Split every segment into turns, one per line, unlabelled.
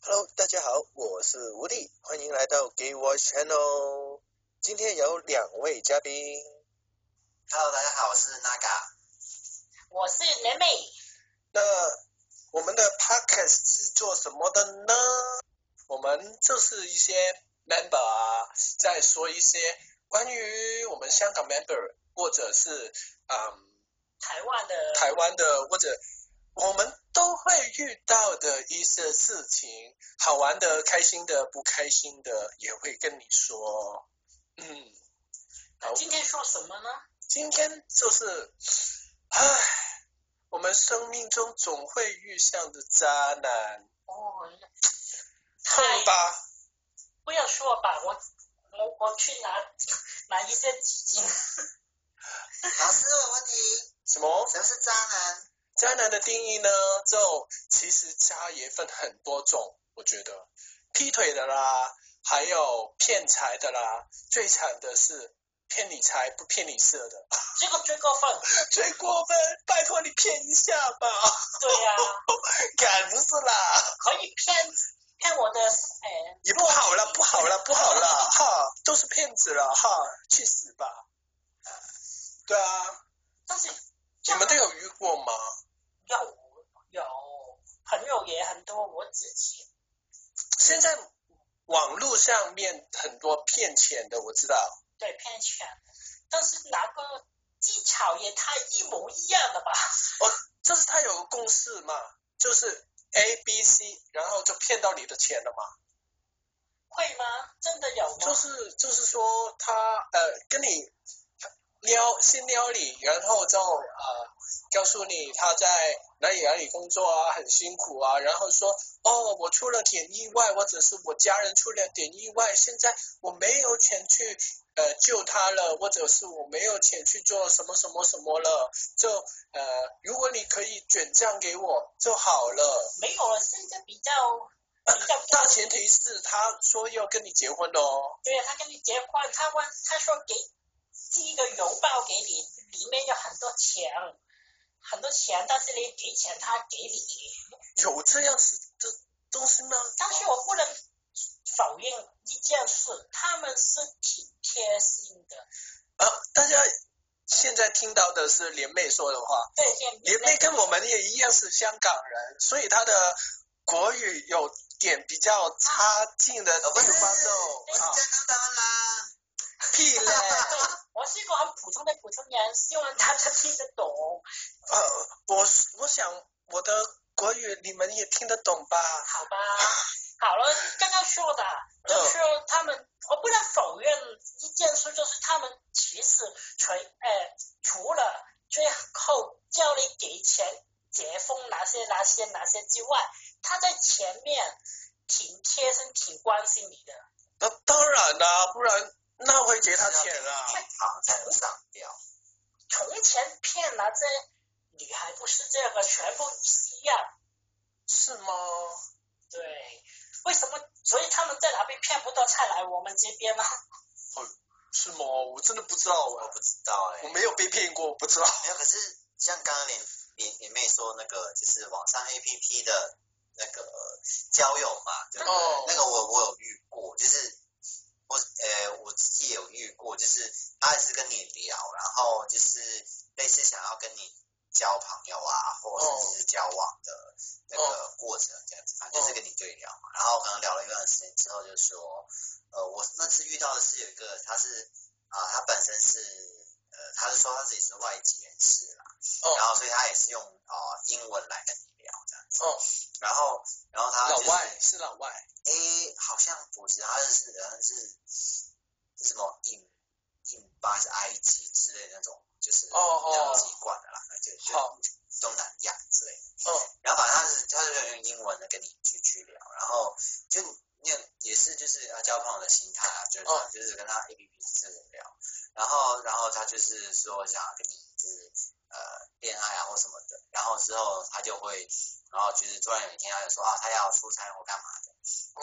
Hello，大家好，我是吴力，欢迎来到 Gay w a t Channel。今天有两位嘉宾，
Hello，大家好，我是 Naga。
我是雷妹，
那我们的 Podcast 是做什么的呢？我们就是一些 member 啊，在说一些关于我们香港 member 或者是嗯
台湾的
台湾的或者我们都会遇到的一些事情，好玩的、开心的、不开心的，也会跟你说。嗯，好
呃那，今天说什么呢？
今天就是，唉，我们生命中总会遇上的渣男，
哦，
痛吧？
不要说吧，我我我去拿拿一些纸巾。
老师问问题，
什么？
什么是渣男？
渣男的定义呢？就其实渣也分很多种，我觉得劈腿的啦，还有骗财的啦，最惨的是骗你财不骗你色的，
这个最过分，
最过分！拜托你骗一下吧，
对呀、
敢不是啦？
可以骗骗我的哎，
也不好啦，不好啦，不好啦， 哈，都是骗子了哈，去死吧！对啊，
但是
你们都有遇过吗？
有有朋友也很多，我自己
现在网络上面很多骗钱的，我知道。
对骗钱，但是拿个技巧也太一模一样了吧？
就是他有个公式嘛，就是 A、B、C，然后就骗到你的钱了嘛。
会吗？真的有吗？
就是就是说他呃跟你撩先撩你，然后就呃告诉你他在哪里哪里工作啊，很辛苦啊，然后说哦我出了点意外，或者是我家人出了点意外，现在我没有钱去呃救他了，或者是我没有钱去做什么什么什么了，就呃如果你可以转账给我就好了。
没有了，现在比较比较
大前提是他说要跟你结婚哦，
对呀，他跟你结婚，他问他说给寄一个邮包给你，里面有很多钱，很多钱，但是你给钱他给你，
有这样子的东西吗？
但是我不能否认一件事，他们是挺贴心的。
啊，大家现在听到的是莲妹说的话，
对，
莲妹跟我们也一样是香港人，所以她的国语有点比较差劲的地
我是
方就
我是
啊
江南的啦。
屁嘞，
对，我是一个很普通的普通人，希望大家听得懂。
呃，我我想我的国语你们也听得懂吧？
好吧，好了，刚刚说的就是他们，我不能否认一件事，就是他们其实除呃除了最后叫你给钱解封哪些哪些哪些之外，他在前面挺贴心、挺关心你的。
那当然啦、不然那会给他钱啊。
好，才能哦上吊。
从前骗那些女孩不是这个，全部是一样。
是吗？
对，为什么？所以他们在哪边骗不到，才来我们这边呢？
是吗？我真的不知道
我
啊，
不知道哎、
我没有被骗过，我不知道。
没有，可是像刚刚连连连妹说那个，就是网上 A P P 的那个呃交友嘛，对不对？
哦
那个我我有遇过，就是我呃我自己也有遇过，就是他也是跟你聊，然后就是类似想要跟你交朋友啊，或者
哦
是交往的那个过程这样子，反正就是跟你对聊嘛。然后可能聊了一段时间之后，就说呃我那次遇到的是有一个他是啊、他本身是呃他是说他自己是外籍人士啦，
哦
然后所以他也是用啊、呃英文来跟你聊这样子，
哦，
然后然后他、
老
就是、
外啊是老外，
诶，好像不是，他是好像是是什么印印巴是埃及之类的那种，就是
哦哦
洋籍惯的啦，就
好
就东南亚之类的。
哦
然后反正他是他是用英文的跟你去去聊，然后就那也是就是要交朋友的心态啊，就是、
哦
就是跟他 A P P 这个聊，然后然后他就是说想要跟你就是呃恋爱啊或什么的，然后之后他就会，然后就是突然有一天他就说啊他要出差或干嘛的，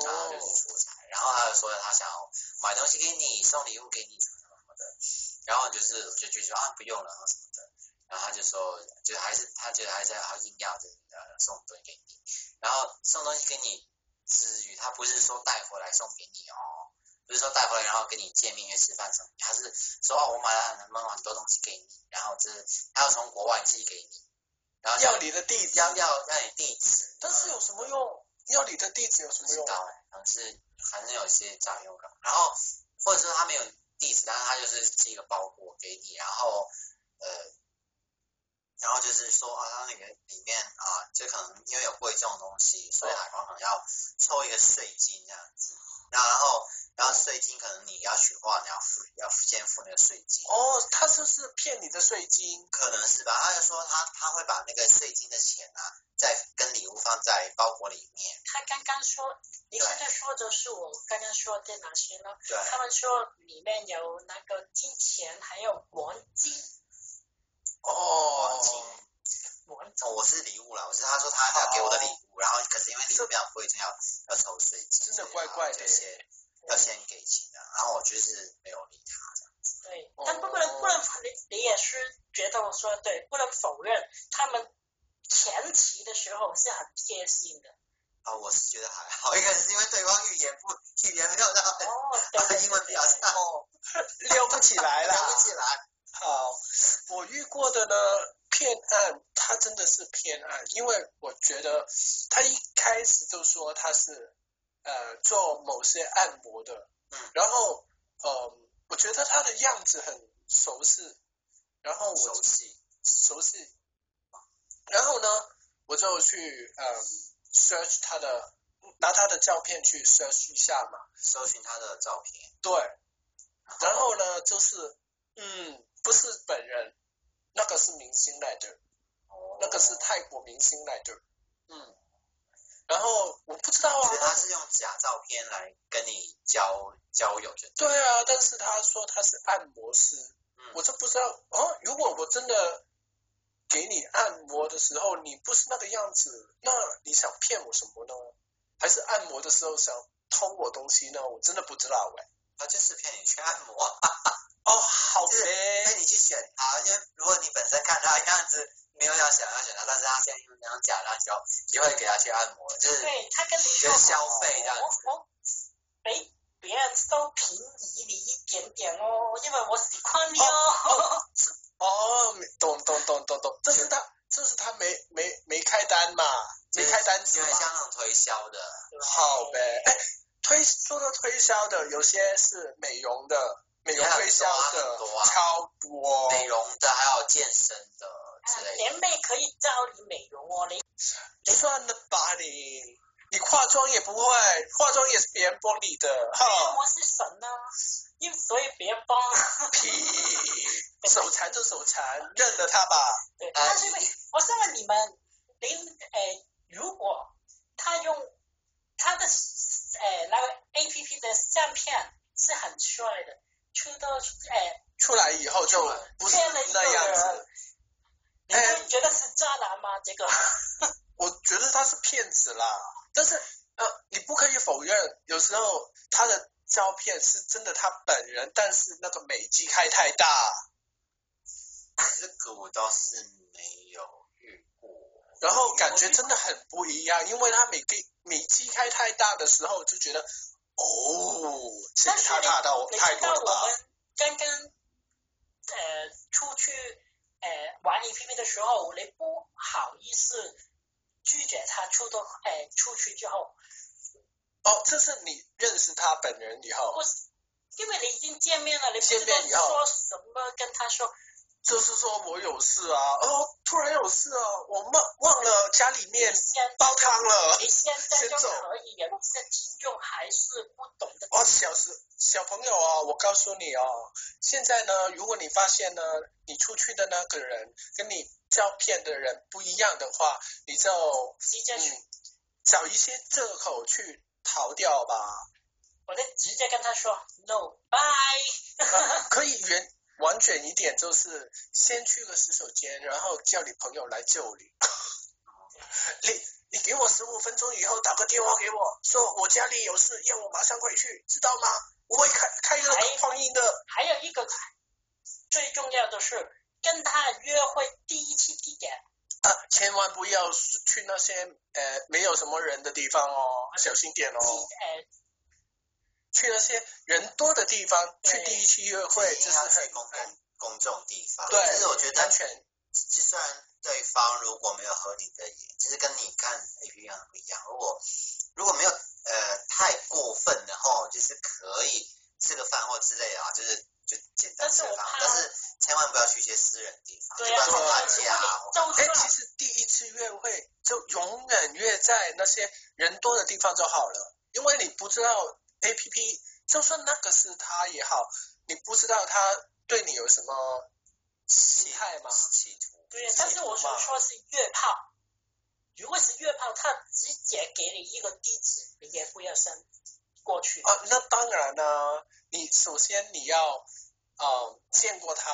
然后他就
哦
去出差，然后他就说他想要买东西给你，送礼物给你，什么什么什么的，然后就是我就拒绝啊不用了，然后什么的，然后他就说就还是他觉得还是要硬要的呃送东西给你，然后送东西给你之余，他不是说带回来送给你哦，不是说带回来然后跟你见面约吃饭什么，他是说哦，我买了很买了很多东西给你，然后这他要从国外寄给你，然后
要你的地址，
要要要你地址，
但是有什么用？要你的地址有什么
不知
用？啊
道哎，反正是还是有一些占用感，然后或者说他没有地址，但是他就是寄个包裹给你，然后呃，然后就是说啊，他那个里面啊，就可能因为有贵重的东西，所以海关可能要抽一个税金这样子，然后然后税金可能你要取货，你要付要先付那个税金。
哦，他是不是骗你的税金？
可能是吧，他就说他他会把那个税金的钱啊，再跟礼物放在包裹里面，
他刚刚说，你现在说的是我刚刚说的哪些呢？
对，
他们说里面有那个金钱，还有黄金，
哦
黄，金
黄金。
哦，我是礼物啦，我是他说他要给我的礼物，然后可是因为礼物比较贵，就要要抽税金，
哦真的怪怪的
这些要先给钱的，然后我就是没有理他这样。
对
哦，
但不能不能，你你也是觉得我说得对，不能否认他们前期的时候是很贴心的。
啊，我是觉得还好，一个是因为对方语言不语言没有到，
哦，对对对
英文比较差，
哦，撩不起来 啦。
聊不起来。
好，我遇过的呢，偏案，他真的是偏案，因为我觉得他一开始就说他是呃做某些按摩的，
嗯
然后呃，我觉得他的样子很熟悉，然后我
熟悉，
熟悉，然后呢，我就去呃 search 他的，拿他的照片去 search 一下嘛，
搜寻他的照片，
对，然后呢，就是嗯，不是本人，那个是明星来的，哦那个是泰国明星来的，嗯，然后我不知道啊
所以，他是用假照片来跟你交交友，就
对啊，但是他说他是按摩师，
嗯
我就不知道哦。如果我真的给你按摩的时候，你不是那个样子，那你想骗我什么呢？还是按摩的时候想偷我东西呢？我真的不知道哎、
他就是骗你去按摩。
哦，好
就是
呗
那，你去选他，因为如果你本身看他的样子没有要想要选他，但是他现在用那张假的时候，你就会给他去按摩，就是
对他跟你说
就是消费这样子
我我比别人都便宜你一点点哦，因为我喜欢你哦。
哦，懂懂懂懂懂，这是他，这是他没没没开单嘛，没开单子
有
嘛
点，像那种推销的，
好呗。哎，推说到推销的，有些是美容的，美容推销
也
的
很多啊
超多。
美容的，还有健身的
啊
之
哎
类的。
联袂可以教你美容哦，你
算了吧你，你化妆也不会，化妆也是别人帮你的，
因为
哈
我是神啊，因为所以别帮。
屁，手残就手残，认了他吧。
对，
啊
哎
但是因为我是问你们，您诶、如果他用他的诶、那个 A P P 的相片是很帅的，出到呃诶，
出来以后就不是
骗了一个
那样
人
子，，
你
哎
会觉得是渣男吗？这个
我觉得他是骗子啦。但是呃，你不可以否认，有时候他的照片是真的他本人，但是那个美肌开太大。
这个我倒是没有遇过，
然后感觉真的很不一样，因为他每个每期开太大的时候，就觉得哦，这
但
个
是
他
你
大到
你
太
知
多
道
了啊吧？
我们刚刚呃出去呃玩 A P P 的时候，你不好意思拒绝他出到诶、出去之后，
哦，这是你认识他本人以后
不，是，因为你已经见面了，你不知
见面以
道
后
说什么跟他说，
就是说我有事啊，哦，突然有事啊，我忘忘了家里面
你现
煲汤了，
你现在
先
就
走
可以了，有些听众还是不懂的。
哦，小时小朋友啊，我告诉你哦，现在呢，如果你发现呢，你出去的那个人跟你照片的人不一样的话，你就
直接去，
嗯，找一些借口去逃掉吧。
我就直接跟他说 no bye，
可以圆婉转一点，就是先去个洗手间，然后叫你朋友来救你。 你你给我十五分钟以后打个电话给我，说我家里有事，要我马上回去，知道吗？我会开开那个放映的。
还有一个最重要的是跟他约会第一次地点
啊，千万不要去那些呃没有什么人的地方哦，小心点哦。
诶，
去那些人多的地方，
对
去第一期约会，
一
这
定
是
要去
很
公共公众地方。
对
就是我觉得
安全。
就算对方如果没有合你的眼，就是跟你看 A P P 上不一样。如果如果没有呃太过分的话，就是可以吃个饭或之类的啊，就是就简单
但是
吃
我
个饭
怕，
但是千万不要去一些私人地方，
对
就不
啊，
要去
对
打
啊
架啊。
到处
哎，其实第一次约会就永远约在那些人多的地方就好了，因为你不知道 A P P，就算那个是他也好，你不知道他对你有什么
嗯
期待嘛。
企图
对，啊但是我想说是约炮。如果是约炮，他直接给你一个地址，你也不要先过去。
啊，那当然啦、你首先你要呃见过他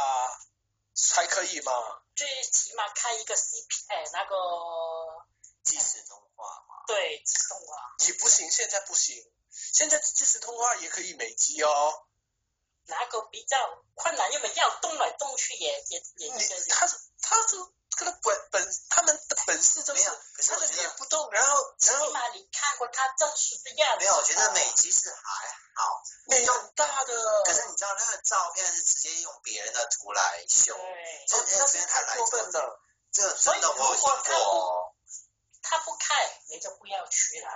才可以嘛。
最起码开一个 CP，哎，那个
即时通话嘛，
对，自动啊，
也不行，现在不行，现在即时通话也可以美机哦。
哪个比较困难？因为要动来动去也也也
你
也也
嗯
他他就可能本本他们的本事就
没
是
有。可是
他
我
的
觉
脸
得
不动，然后然
起
后
码你看过他真实的样子。
没有，我觉得美肌是还好，
脸很大的，呃
可是你知道那个照片是直接用别人的图来修，
对，
哦那是太过分了。
这个真的我有
所以如果
听
他
过哦。
他不看你就不要去了。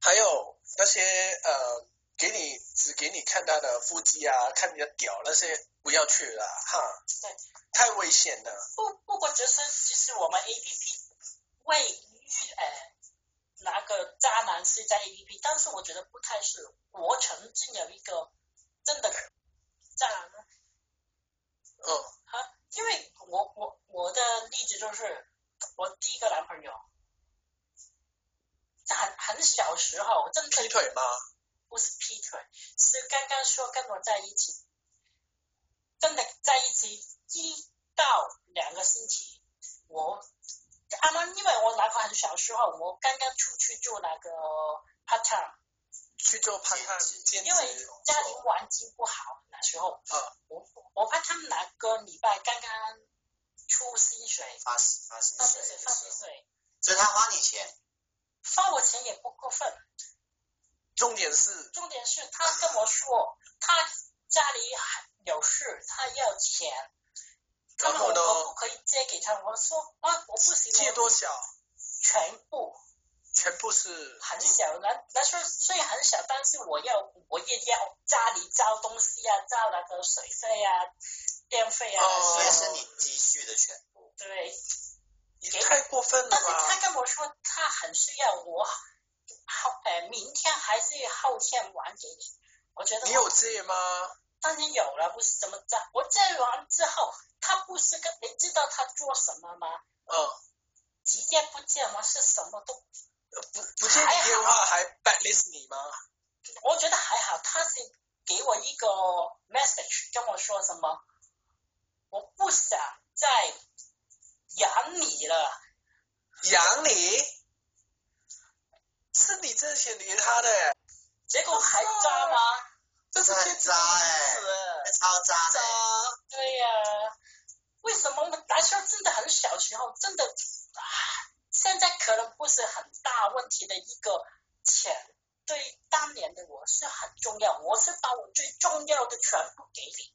还有那些呃，给你只给你看他的腹肌啊，看你的屌那些，不要去了哈
对，
太危险了。
不不过只是只是我们 A P P 位于呃那个渣男是在 A P P，但是我觉得不太是。我曾经有一个真的渣男
嗯
啊，因为我我我的例子就是我第一个男朋友，在很很小时候，真的
劈腿吗？
不是劈腿，是刚刚说跟我在一起，真的在一起一到两个星期，我啊那因为我男朋友很小时候，我刚刚出去做那个 part time，
去做 part time 兼
因为
职
家庭环境不好，那时候
啊，
我我怕他们哪个礼拜刚刚出薪水，
发发薪
发薪
水的
水
时
发薪
候，
水，
所以他花你钱，
发我钱也不过分，
重点是
重点是他跟我说他家里有事，他要钱，他
然
们
后呢，
我不可以借给他，我说啊我不行，
借
我
多少
全部
全部是
很小，那那时候虽然很小，但是我要我也要家里交东西啊，交那个水费啊、电费啊
哦
所
那
以
些，
是你积蓄的全部。
对。
也太过分了
但是他
吧？
跟我说他很需要我，后呃明天还是后天还给你。我觉得
你
我
有借吗？
当然有了，不是怎么着？我借完之后，他不是跟你知道他做什么吗？
嗯，
直接不见我是什么都，
不不借你电话还 blacklist 你吗？
我觉得还好，他是给我一个 message 跟我说什么，我不想再养你了。
养你？是你挣钱给他的，
结果还
啊
渣吗？
这是骗子
渣哎、
欸
那超渣
渣
的、
对呀、为什么我们那时候真的很小时候，真的啊，现在可能不是很大问题的一个钱，对当年的我是很重要，我是把我最重要的全部给你，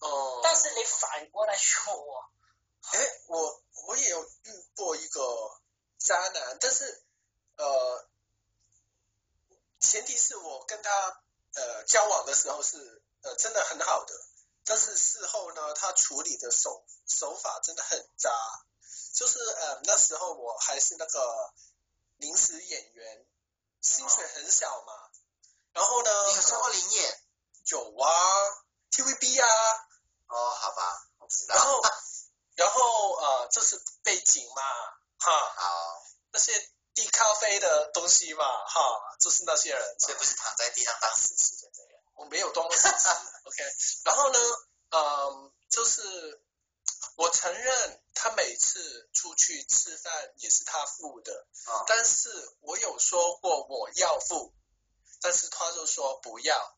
哦。
但是你反过来说我，
哎，我我也有遇过一个渣男，但是呃，前提是我跟他呃交往的时候是呃真的很好的，但是事后呢，他处理的手手法真的很渣，就是呃那时候我还是那个临时演员，薪水很小嘛，然后呢，
哦你有收过零演？
有啊，TVB 啊。
哦，好吧，我知道。
然后，然后呃，这是背景嘛，哈，
好，
那些低咖啡的东西嘛，哈，就是那些人嘛
所以不是躺在地上当死尸就这样。
我没有当过 OK。然 后呢，嗯，就是我承认他每次出去吃饭也是他付的，
哦，
但是我有说过我要付，但是他就说不要，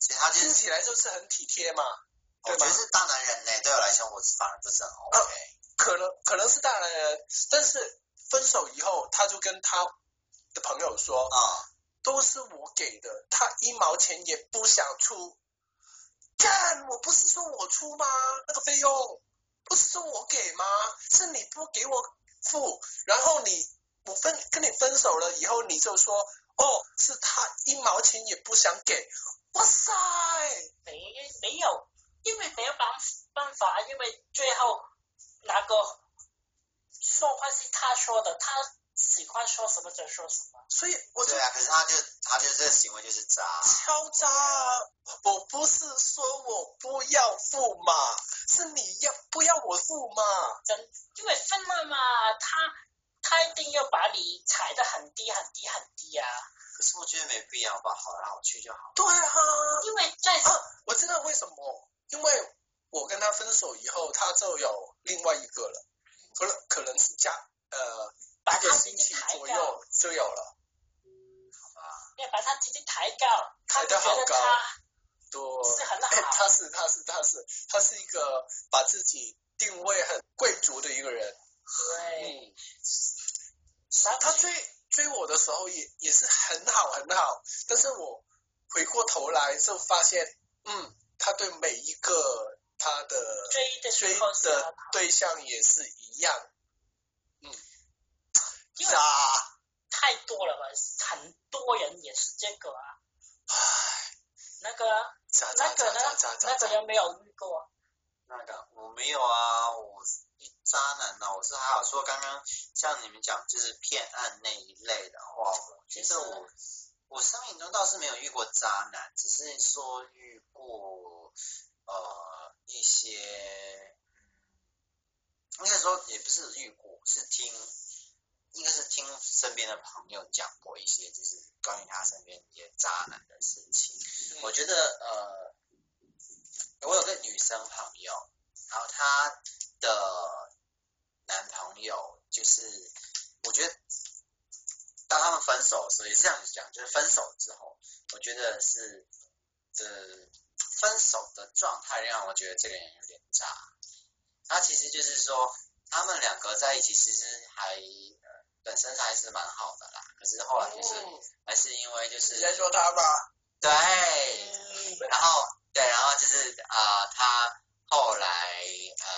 其实他就
听
是，
起来就是很体贴嘛，
我
对
觉
吧
哦得？是大男人呢、对我来说，我反而不是很 OK。
可能可能是大男人，但是分手以后，他就跟他的朋友说，
啊，
都是我给的，他一毛钱也不想出。干，我不是说我出吗？那个费用不是说我给吗？是你不给我付，然后你我分跟你分手了以后，你就说哦，是他一毛钱也不想给。哇塞，
没没有，因为没有办办法，因为最后那个说话是他说的，他喜欢说什么就说什么。
所以我就
对啊，可是他就他就这个行为就是渣，
敲诈啊！我不是说我不要付嘛，是你要不要我付嘛？
真，因为分了嘛，他他一定要把你踩得很低很低很低啊，
可是我觉得没必要吧，好来好去就好。
对啊，
因为在
啊，我知道为什么，因为我跟他分手以后，他就有另外一个了，可能可能是加呃
把
一个
他自
星
己
期
抬
左
高，
右就有了，
要把他自己抬高，他
抬
就
得好
觉得
高
他
对，
是很
哎
好，
他是他是他是他是一个把自己定位很贵族的一个人，
对，
嗯，
啥
他追追我的时候也也是很好很好，但是我回过头来就发现，嗯，他对每一个他的
追的
追
时候是啊
的
很好，
对象也是一样，嗯
因为
渣。
太多了吧，很多人也是这个啊，那个
渣渣
那
渣
个呢
渣渣，渣
那个
渣，
人没有遇过，
那个我没有啊，我一渣男呢、啊我是还好说刚刚像你们讲就是偏暗那一类的话，我觉得我我生命中倒是没有遇过渣男，只是说遇过呃一些，嗯应该说也不是遇过，是听，应该是听身边的朋友讲过一些，就是关于他身边一些渣男的事情。我觉得呃，我有个女生朋友，然后她的男朋友就是，我觉得当他们分手的时候，也是这样子讲，就是分手之后，我觉得是这分手的状态让我觉得这个人有点渣。他其实就是说，他们两个在一起其实还、呃、本身还是蛮好的啦，可是后来就是、
嗯
还是因为就是
你在说他吧？
对。
嗯
然后对，然后就是啊、呃他后来呃，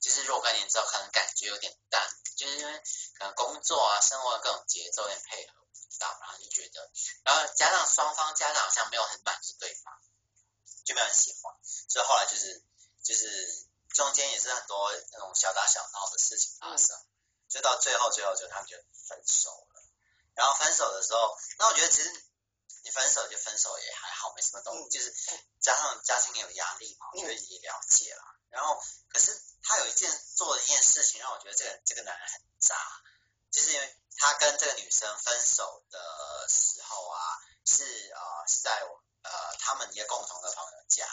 就是若干年之后，可能感觉有点淡，就是因为可能工作啊、生活的各种节奏有点配合不到，然后就觉得，然后加上双方家长好像没有很满意对方，就没有很喜欢，所以后来就是就是中间也是很多那种小打小闹的事情发生，就到最后最后就他们就分手了。然后分手的时候，那我觉得其实你分手就分手也还好，没什么东西，
嗯
就是加上家庭也有压力嘛，我觉得也了解啦。然后，可是他有一件做了一件事情，让我觉得这个这个男人很渣，就是因为他跟这个女生分手的时候啊，是呃是在我呃他们一个共同的朋友家，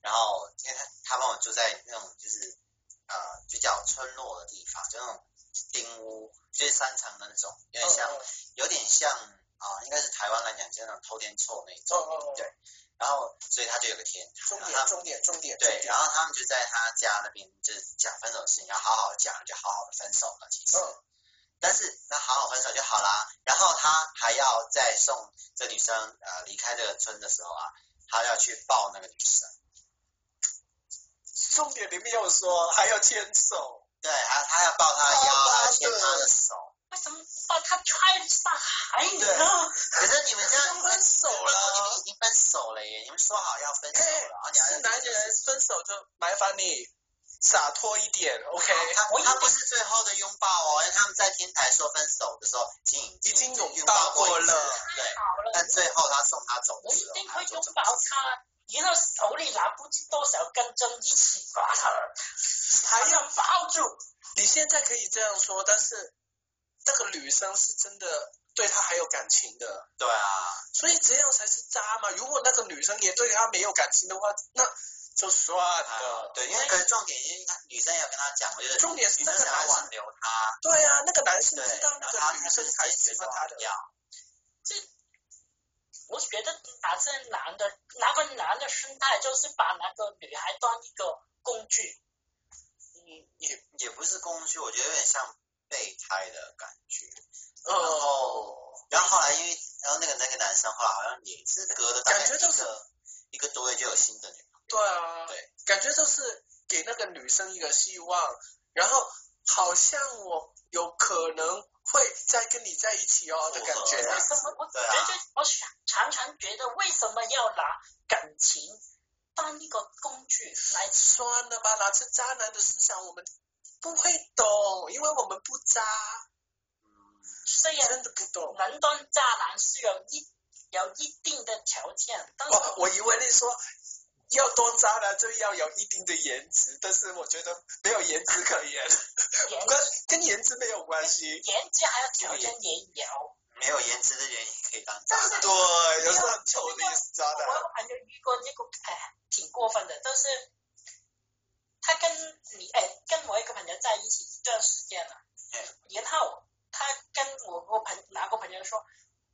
然后因为他他朋友住在那种就是呃比较村落的地方，就那种丁屋，就是三层的那种，有点
哦
像、有点像啊、应该是台湾来讲就是那种偷天错那一种，
哦哦哦
对。然后，所以他就有个天堂，
重
然
点
后他
重点重点，
对，然后他们就在他家那边就是讲分手的事情，要好好讲，就好好的分手了。其实，
嗯
但是那好好分手就好啦。然后他还要在送这女生呃离开这个村的时候啊，他要去抱那个女生，
重点里面有说还要牵手，
对，还他要抱她的腰，
抱她
还要
的
牵她的手。
为什么把他踹上海呢？
可是你们这样
要分手
你们
了啊
已。经分手了耶，你们说好要分手了，然后你还
哎是男人分手就麻烦你洒脱一点，OK？
啊他
我以为
他不是最后的拥抱哦，因为他们在天台说分手的时候，已经
已经拥
拥
抱
抱
过
过一次
了，
对
太。好了，
但最后他送他走
我
的
一
时候，
定
他
会
就
拥
走
抱他，然后手里拿不知多少根针，一起把他，
还要
抱住。
你现在可以这样说，但是那个女生是真的对他还有感情的。
对啊，
所以这样才是渣嘛。如果那个女生也对他没有感情的话，那就算了。
对，因为可是重点，因为他女生也有跟他讲过，就是
重点是
女
那
生
个
想
男
要挽
生，
留他，
对啊，那个男生
对，
知道那
然后
个
他
女生
就是
才
坚决
喜欢他的
不。要，
我觉得把这男的，那个男的心态就是把那个女孩当一个工具，嗯，
也
也不是工具，我觉得有点像备胎的感觉。然
嗯，
后，哦然后后来因为，然后那个那个男生后来好像也是隔了大概
感觉
一
就是
个一个多月就有新的女朋友。
对啊，
对，
感觉就是给那个女生一个希望，然后好像我有可能会再跟你在一起哦的感觉
对。啊
为什么我觉
对啊
得我想常常觉得为什么要拿感情当一个工具来使
算了吧，拿着渣男的思想，我们不会懂，因为我们不渣，
嗯，
虽然
真的不懂。
能当渣男是有一有一定的条件，但是
哦，我以为你说要当渣男就要有一定的颜值，但是我觉得没有颜值可 言，
颜
跟跟颜值没有关系。
颜值还有条件也有。
没有颜值的人也可以当渣
但是
男。
对，有时候很丑的也是渣
我
男。
有朋友遇过一个哎挺过分的，就是他跟你哎跟我一个朋友在一起一段时间了
哎，
然后他跟我个朋哪个朋友说，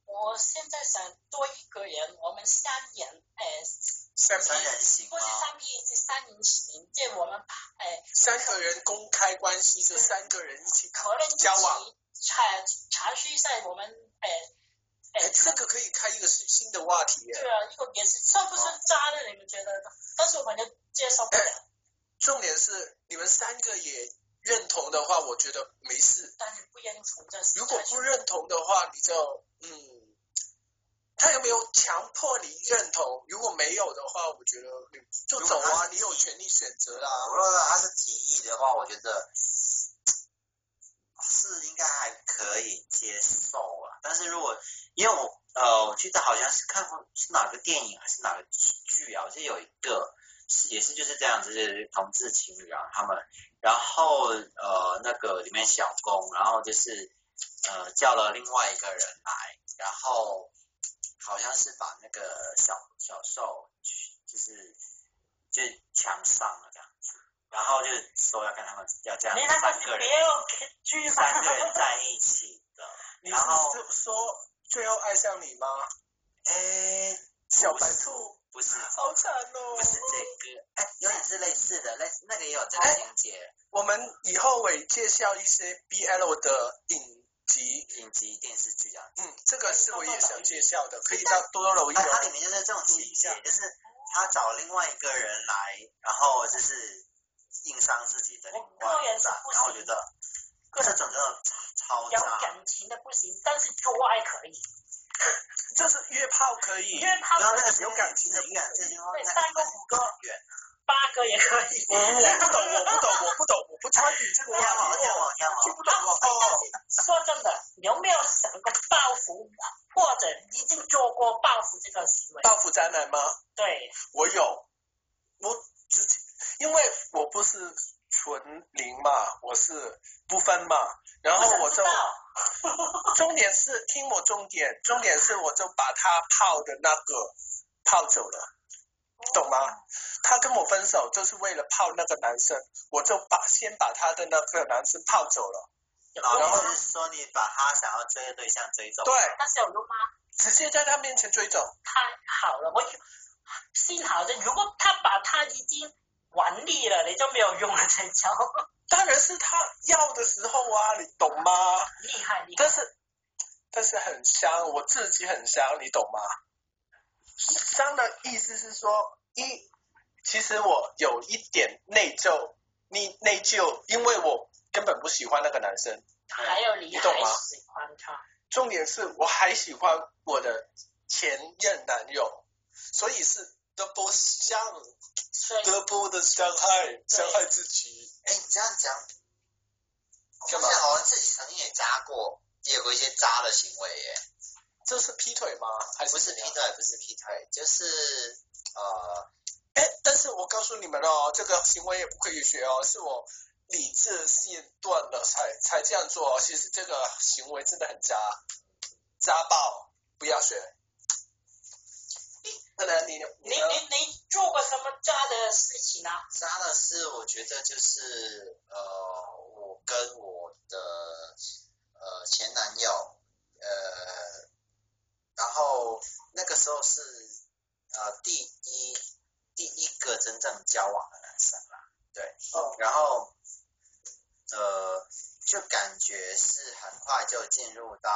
我现在想多一个人，我们三人哎，
三
三人行
或
吗
是？三 P 是三人行，即系我们哎
三个人公开关系，就三个人一起考。
可能一起
交往
哎尝试一下我们哎
哎
哎，
这个可以开一个新新的话题耶。
对啊，一个也是算不算渣呢？你们觉得呢？但是我们就接受不了，
重点是你们三个也认同的话，我觉得没事。
但是不认同这是
如果不认同的话，你就嗯，他有没有强迫你认同？如果没有的话，我觉得你就走
如果他
啊，
是
你有权利选择啦。
啊如果他是提议的话，我觉得是应该还可以接受啊。但是如果因为我呃，我记得好像是看过是哪个电影还是哪个剧啊，我记得有一个是也是就是这样子，就是同志情侣啊，他们然后呃那个里面小工，然后就是呃叫了另外一个人来，然后好像是把那个小小受就是就强上了这样子，然后就说要跟他们要这样
你那个
三
是
个人
别有居
三
三
个人在一起的，
你是
然后
说说最后爱上你吗？
哎，
小白兔，
不是
好惨哦
不！是这个，哎，有点是类似的，类似那个也有这个情节，
我们以后会介绍一些 BL 的影集，
影集电视剧这样。
嗯，这个是我也想介绍的，可以到多楼一
哎，它
楼。
里面就是这种情节，就是他找另外一个人来，然后就是硬伤自己的另外一个渣，然后我觉得这种真的超
有
渣。
感情的不行，但是做爱可以，
这是约炮可以
因，为他
然后
们
那个有感情的远，这句话
对
那
三个五个
远。
八个也可以。
嗯我不懂，我不懂，我不懂，我不参与这个
天
话
王，
题
天
哦，
王，天
听
王，
不懂哦。哦
但是说真的，有没有想过报复，或者已经做过报复这个行为？
报复宅男吗？
对，
我有，我直接，因为我不是纯零嘛，我是不分嘛，然后我
想知
就
道，
重点是听我重点，重点是我就把他泡的那个泡走了，懂
哦
吗？他跟我分手就是为了泡那个男生，我就把先把他的那个男生泡走了，
有
然
用
后
吗？
就是说你把他想要追的对象追走，
对，
但是有用吗？
直接在他面前追走，
太好了，我幸好的，如果他把他已经玩腻了，你就没有用了，这招
当然是他要的时候啊，你懂吗？
厉害厉害。
但是但是很香，我自己很香，你懂吗？香的意思是说，一其实我有一点内疚，内内疚，因为我根本不喜欢那个男生。
还有你
你懂吗
还喜欢他，
重点是我还喜欢我的前任男友，所以是 double 香
所以
，double 的伤害，伤害自己。
哎，你这样讲，
干嘛
我发现好像自己曾经也渣过，也有过一些渣的行为耶。
这是劈腿吗？还是
不是
怎
劈
样？
腿，不是劈腿，就是呃，
哎，但是我告诉你们哦，这个行为也不可以学哦，是我理智线断了才才这样做哦。其实这个行为真的很渣，渣爆，不要学。可能你
你
你呢
你你做过什么渣的事情啊？
渣的是我觉得就是呃，我跟我的呃前男友呃，然后那个时候是呃第一第一个真正交往的男生啦，
哦
然后呃，就感觉是很快就进入到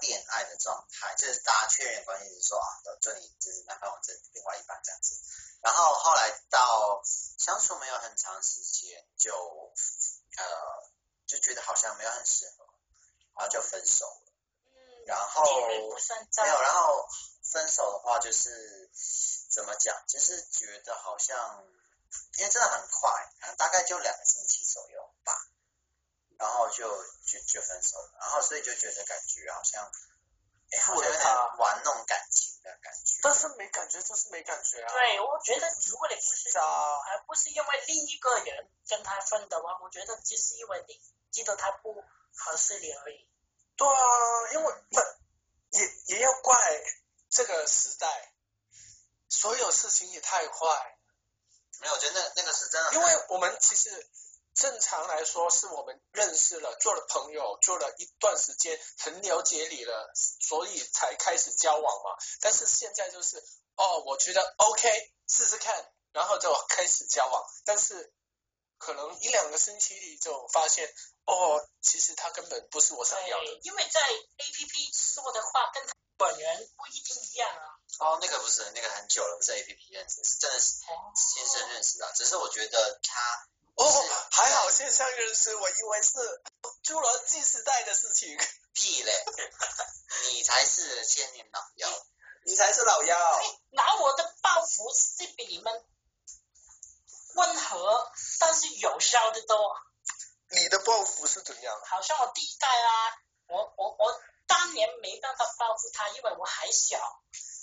恋爱的状态，就是大家确认关系，就是说啊，有这里就是男朋友，这另外一半这样子。然后后来到相处没有很长时间，就呃就觉得好像没有很适合，然后就分手了。
嗯，
然后
恋人不算
没有，
账，
然后分手的话就是怎么讲，就是觉得好像，因为真的很快，可能大概就两个星期左右吧，然后就就就分手了，然后所以就觉得感觉好像，哎，好像有点玩弄感情的感觉。
但是没感觉就是没感觉啊。
对，我觉得如果你不是
是啊
而不是因为另一个人跟他分的话，我觉得就是因为你知道他不合适你而已。
对啊，因为这也也要怪这个时代，所有事情也太快。
没有，我觉得那那个是真的很，
因为我们其实正常来说，是我们认识了、做了朋友、做了一段时间，很了解你了，所以才开始交往嘛。但是现在就是哦，我觉得 OK，试试看，然后就开始交往，但是可能一两个星期里就发现哦，其实他根本不是我想要的。
对，因为在 A P P 说的话跟他本人不一定一样啊。
哦，那个不是，那个很久了，不是 A P P 认识，是真的是
哦
亲身认识的，啊只是我觉得他
哦
是，
还好线上认识，我以为是侏罗纪时代的事情。
屁 嘞，你才是千年老妖，
你才是老妖，
哎拿我的包袱是比你们温和，但是有效的多。啊
你的报复是怎样？
好像我第一代啊，我我我当年没办法报复他，因为我还小。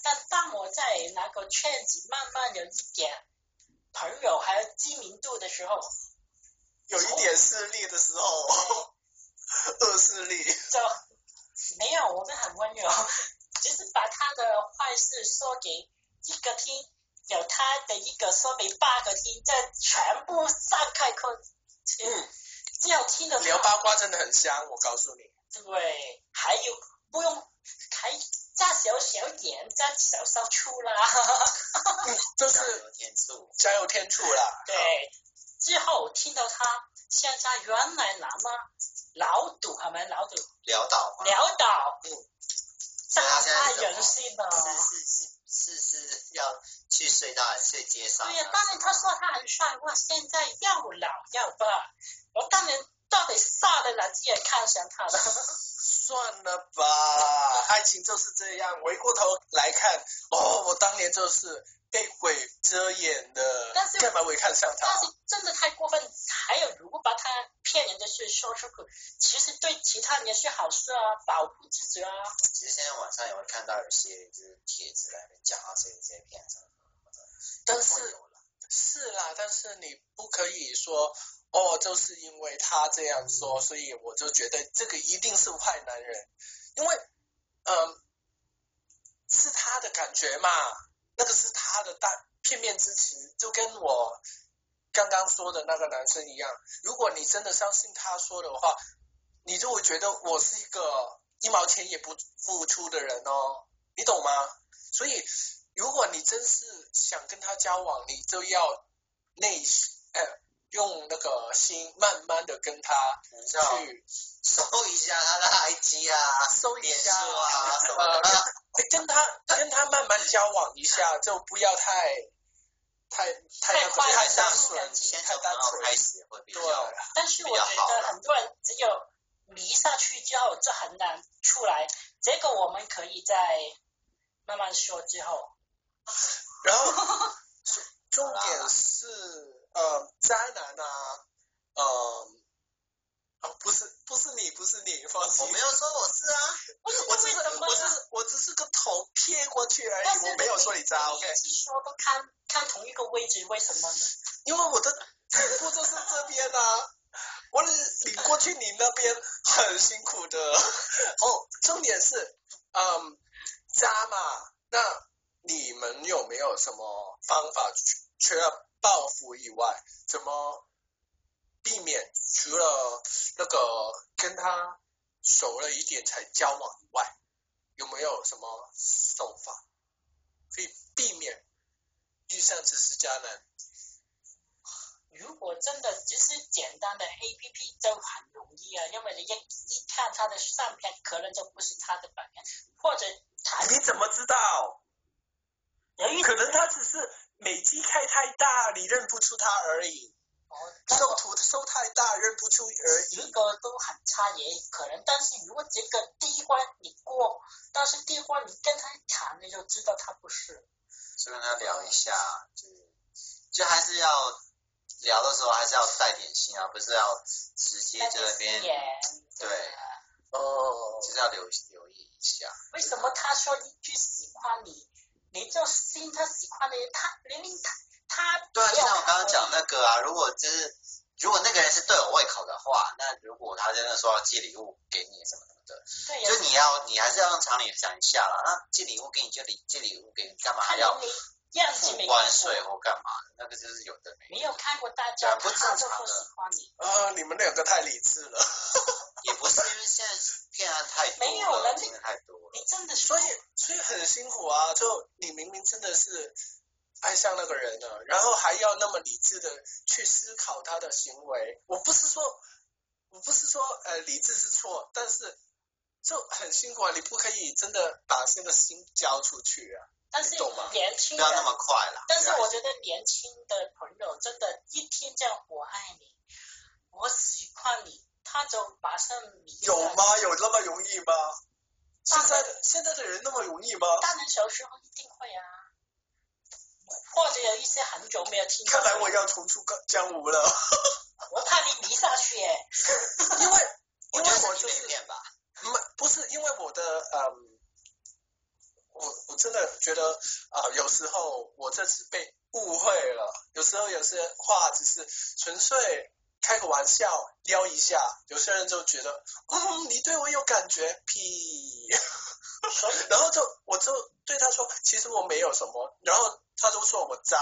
但当我在那个圈子慢慢有一点朋友还有知名度的时候，
有一点势力的时候， 恶势力。
就没有我们很温柔， 只是把他的坏事说给一个听，有他的一个说给八个听，这全部散开口，
嗯，
只有听得
聊
到。
八卦真的很香，我告诉你。
对，还有不用还加小小眼，加小小粗 啦。
嗯，就
加
是
油添醋。
加油添醋啦。
对，之后听到他现在原来男啊，老赌系咪老赌
潦倒吗？
潦倒
嗯，
大快人心啊！
是是是是是要去隧道睡街上
对呀
啊，，
当年他说他很帅，哇，现在又老又笨，我当年到底傻了哪只眼看上他了？
算了吧，爱情就是这样。回过头来看，哦，我当年就是被鬼遮眼的
但，是
干嘛我也看上
但
他？
是真的太过分。还有，如果把他骗人的事说出口，其实对其他人也是好事啊，保护自己啊。
其实现在晚上也会看到有些就是帖子在那边讲啊到谁谁骗什么什么的，
但
会
是
有啦
是啦，但是你不可以说哦，就是因为他这样说，所以我就觉得这个一定是坏男人，因为嗯、是他的感觉嘛，那个是他的大片面之词，就跟我刚刚说的那个男生一样，如果你真的相信他说的话，你就会觉得我是一个一毛钱也不付出的人哦，你懂吗？所以如果你真是想跟他交往，你就要内呃用那个心慢慢的跟他
你知道
去
搜一下他的 IG 啊，
搜一
脸
下
书啊什 么
呃
的，
跟他跟他慢慢交往一下，就不要太太太那个
太快
太单
太快
纯，
先
太
从
单
朋友开
纯，
始会比较
对，
但是我觉得很多人只有迷下去之后就很难出来，这个我们可以在慢慢说之后。
然后重重点是，呃，渣男啊，呃，哦，不是，不是你，不是你，放心
我，没有说我是啊，
不是
我只
为
是
什么
我只是我只是个头撇过去而已
但，是
我没有说你渣，OK？
一直说都看看同一个位置，为什么呢？
因为我的颈部就是这边啊， 我领过去你那边很辛苦的。 哦，重点是，嗯，渣嘛，那你们有没有什么方法除除了报复以外，怎么避免除了那个跟他熟了一点才交往以外，有没有什么手法可以避免遇上这是渣男？
如果真的只是简单的 A P P 就很容易啊，因为你一一看它的相片，可能就不是他的本人，或者他
啊你怎么知道？
由于
可能他只是美肌开太大，你认不出他而已。
我
瘦图瘦太大认不出而已。
呢個都很差也可能，但是如果这个第一关你过，但是第一关你跟他谈，你就知道他不是。
就跟他聊一下，就是就还是要聊的时候还是要带点心啊，不是要直接
但
在
是
那边，
也
对
啊
哦
就是要留留意一下。
为什么他说一句喜欢你，你就信他喜欢你？他明明他他
对啊，
没
就
有
像我刚刚讲
看
那个啊，如果就是如果那个人是对我胃口的话，那如果他真的说要寄礼物给你什么什么的，
过你，对
就
呀，
你要你还是要用常理想一下啦。那寄礼物给你就礼寄礼物给你，干嘛
他
还要
连你样子
付
没
关
看过
税，或干嘛的？那个就是有的没
没
的，
有看过大家，
不正
他就
常
说
的
喜欢你，
啊，你们两个太理智了。
也不是因为现在骗案太多
没有了
了，真的太多了。
你真的
所以所以很辛苦啊！就你明明真的是爱上那个人了，然后还要那么理智的去思考他的行为。我不是说我不是说呃理智是错，但是就很辛苦啊！你不可以真的把这个心交出去啊！
但是
你懂吗
年轻
不
人
要那么快啦。
但是
对啊
我觉得年轻的朋友真的，一听见“我爱你”，我喜欢你，他就马上迷上
有？吗？有那么容易吗？现在的现在的人那么容易吗？
大人小时候一定会啊，或者有一些很久没有听到
看
的。
来我要重出江湖了，
我怕你迷下去耶。
因为因
我
为
觉得
我
你
就
被
是
骗吧，
不不是因为我的嗯，我我真的觉得啊、有时候我这次被误会了，有时候有些话只是纯粹开个玩笑撩一下，有些人就觉得嗯，你对我有感觉，屁，
所以
然后就我就对他说，其实我没有什么，然后他就说我渣，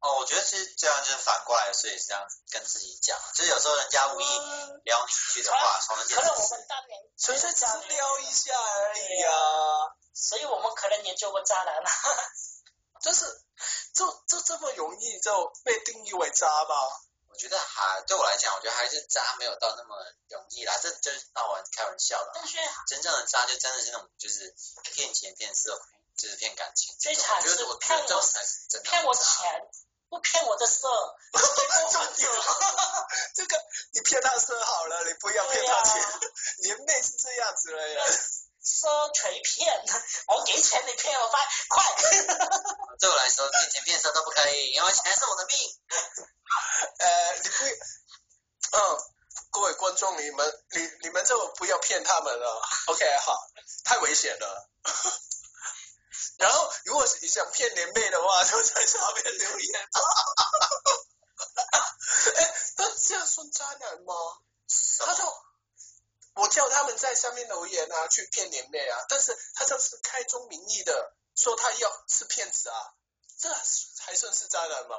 哦，我觉得是这样，就是反过来，所以是这样跟自己讲，就是有时候人家
啊
无意撩你一句的话，从那件
可能我
事
们当年
纯粹只是撩一下而已
对
啊。
所以我们可能研究过渣男了。
就是就就这么容易就被定义为渣吗？
我觉得还对我来讲，我觉得还是渣没有到那么容易啦，这就是闹玩开玩笑的。
但是
真正的渣就真的是那种就是骗钱骗色，就是骗感情。
最
我
惨
觉
是
得我觉
骗
得这
我
种才是真的
骗我
渣
钱，不骗我的色，
重点了，这个你骗他色好了，你不要骗他钱，
对啊
连妹是这样子了呀。
色锤骗。我给钱你骗我吧，快！
对我来说，骗钱骗色都不可以，因为钱是我的命。
呃，你不，嗯，各位观众，你们你你们就不要骗他们了，OK，好，太危险了。 然后，如果你想骗连妹的话，就在下面留言。 哎，那这样算渣男吗？他就我叫他们在下面留言啊，去骗连妹啊，但是他这是开宗明义的说他要是骗子啊，这还算是渣男吗？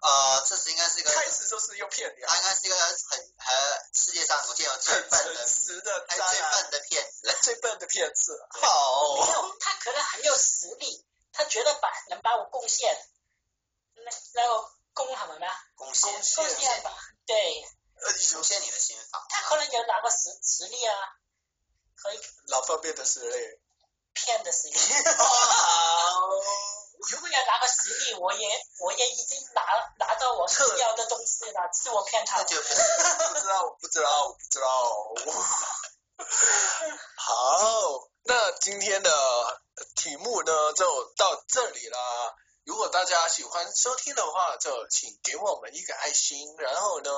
呃，这是应该是一个，
开始就是要骗你啊
他，应该是一个很呃世界上我见过最
很
笨的
诚，实的
哎
渣
最
男，
笨的骗子。哦
最笨的骗子。
好、
没有，他可能很有实力，他觉得把能把我贡献，那然后供好了，
恭喜
恭喜
贡献吧，对
呃，
出
有
现你的心法。
他可能有哪个实实力啊，可以
老方面的实力。
骗的实力。 啊
好，
如果有哪个实力，我也我也已经拿拿到我需要的东西了，是我骗他
那
的。
就不
不知道，不知道，不知道。好，那今天的题目呢就到这里啦。如果大家喜欢收听的话，就请给我们一个爱心，然后呢，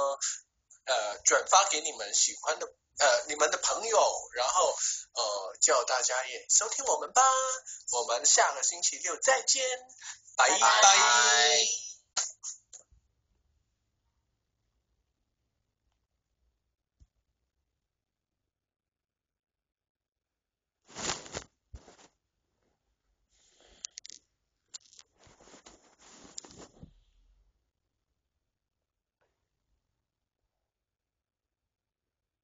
呃，转发给你们喜欢的呃你们的朋友，然后呃叫大家也收听我们吧。我们下个星期六再见，拜
拜
拜